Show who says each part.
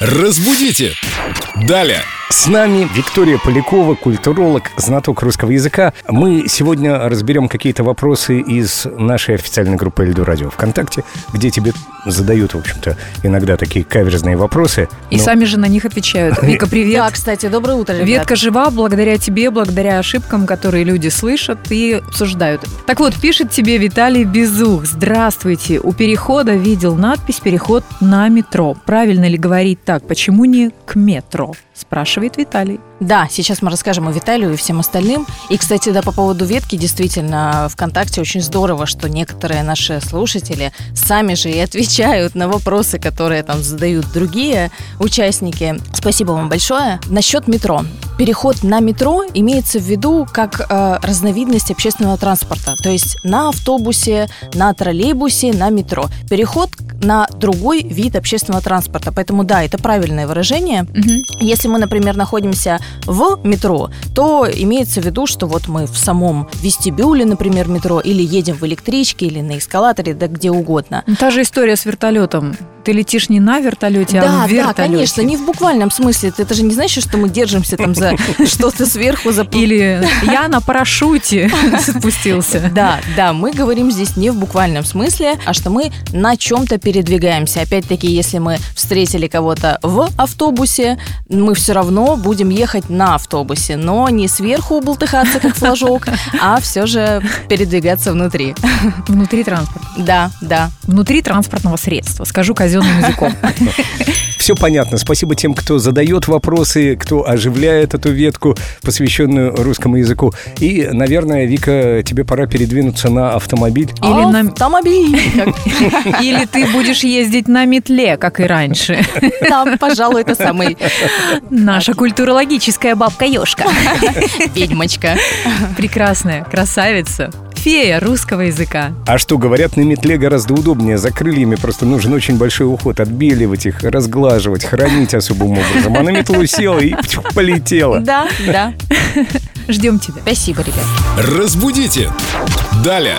Speaker 1: Разбудите! Далее!
Speaker 2: С нами Виктория Полякова, культуролог, знаток русского языка. Мы сегодня разберем какие-то вопросы из нашей официальной группы Эльду Радио ВКонтакте, где тебе задают, в общем-то, иногда такие каверзные вопросы.
Speaker 3: И
Speaker 2: Но-
Speaker 3: сами же на них отвечают. Вика, привет.
Speaker 4: Да, кстати, доброе утро, ребят.
Speaker 3: Ветка жива благодаря тебе, благодаря ошибкам, которые люди слышат и обсуждают. Так вот, пишет тебе Виталий Безух. Здравствуйте. У перехода видел надпись «Переход на метро». Правильно ли говорить так? Почему не «к метро»? Спрашивает Виталий.
Speaker 4: Да, сейчас мы расскажем о Виталию и всем остальным. И, кстати, да, по поводу ветки, действительно, ВКонтакте очень здорово, что некоторые наши слушатели сами же и отвечают на вопросы, которые там задают другие участники. Спасибо вам большое. Насчет метро. Переход на метро имеется в виду как э, разновидность общественного транспорта, то есть на автобусе, на троллейбусе, на метро. Переход на другой вид общественного транспорта. Поэтому да, это правильное выражение. Если мы, например, находимся в метро, то имеется в виду, что вот мы в самом вестибюле, например, метро, или едем в электричке, или на эскалаторе, да где угодно.
Speaker 3: Ну, Та же история с вертолетом. Ты летишь не на вертолете, а
Speaker 4: да,
Speaker 3: в
Speaker 4: да,
Speaker 3: вертолете.
Speaker 4: конечно, не в буквальном смысле. Это же не значит, что мы держимся там за что-то сверху, за
Speaker 3: Или я на парашюте спустился.
Speaker 4: Да, да, мы говорим здесь не в буквальном смысле, а что мы на чем-то передвигаемся. Опять-таки, если мы встретили кого-то в автобусе, мы все равно будем ехать на автобусе, но не сверху болтыхаться, как флажок, а все же передвигаться внутри.
Speaker 3: Внутри транспорта.
Speaker 4: Да, да.
Speaker 3: Внутри транспортного средства. Скажу казенным языком.
Speaker 2: Все понятно. Спасибо тем, кто задает вопросы, кто оживляет эту ветку, посвященную русскому языку. И, наверное, Вика, тебе пора передвинуться на автомобиль.
Speaker 3: Или на-
Speaker 4: Автомобиль. Как-
Speaker 3: Или ты будешь ездить на метле, как и раньше.
Speaker 4: Там, пожалуй, это самый
Speaker 3: Наша культурологическая бабка-ешка.
Speaker 4: ведьмочка.
Speaker 3: Прекрасная, красавица. Фея русского языка.
Speaker 2: А что, говорят, на метле гораздо удобнее. За крыльями просто нужен очень большой уход. Отбеливать их, разглаживать, хранить особым образом. А на метлу села и пчух, полетела.
Speaker 4: Да, да.
Speaker 3: Ждем тебя.
Speaker 4: Спасибо, ребят.
Speaker 1: Разбудите! Далее!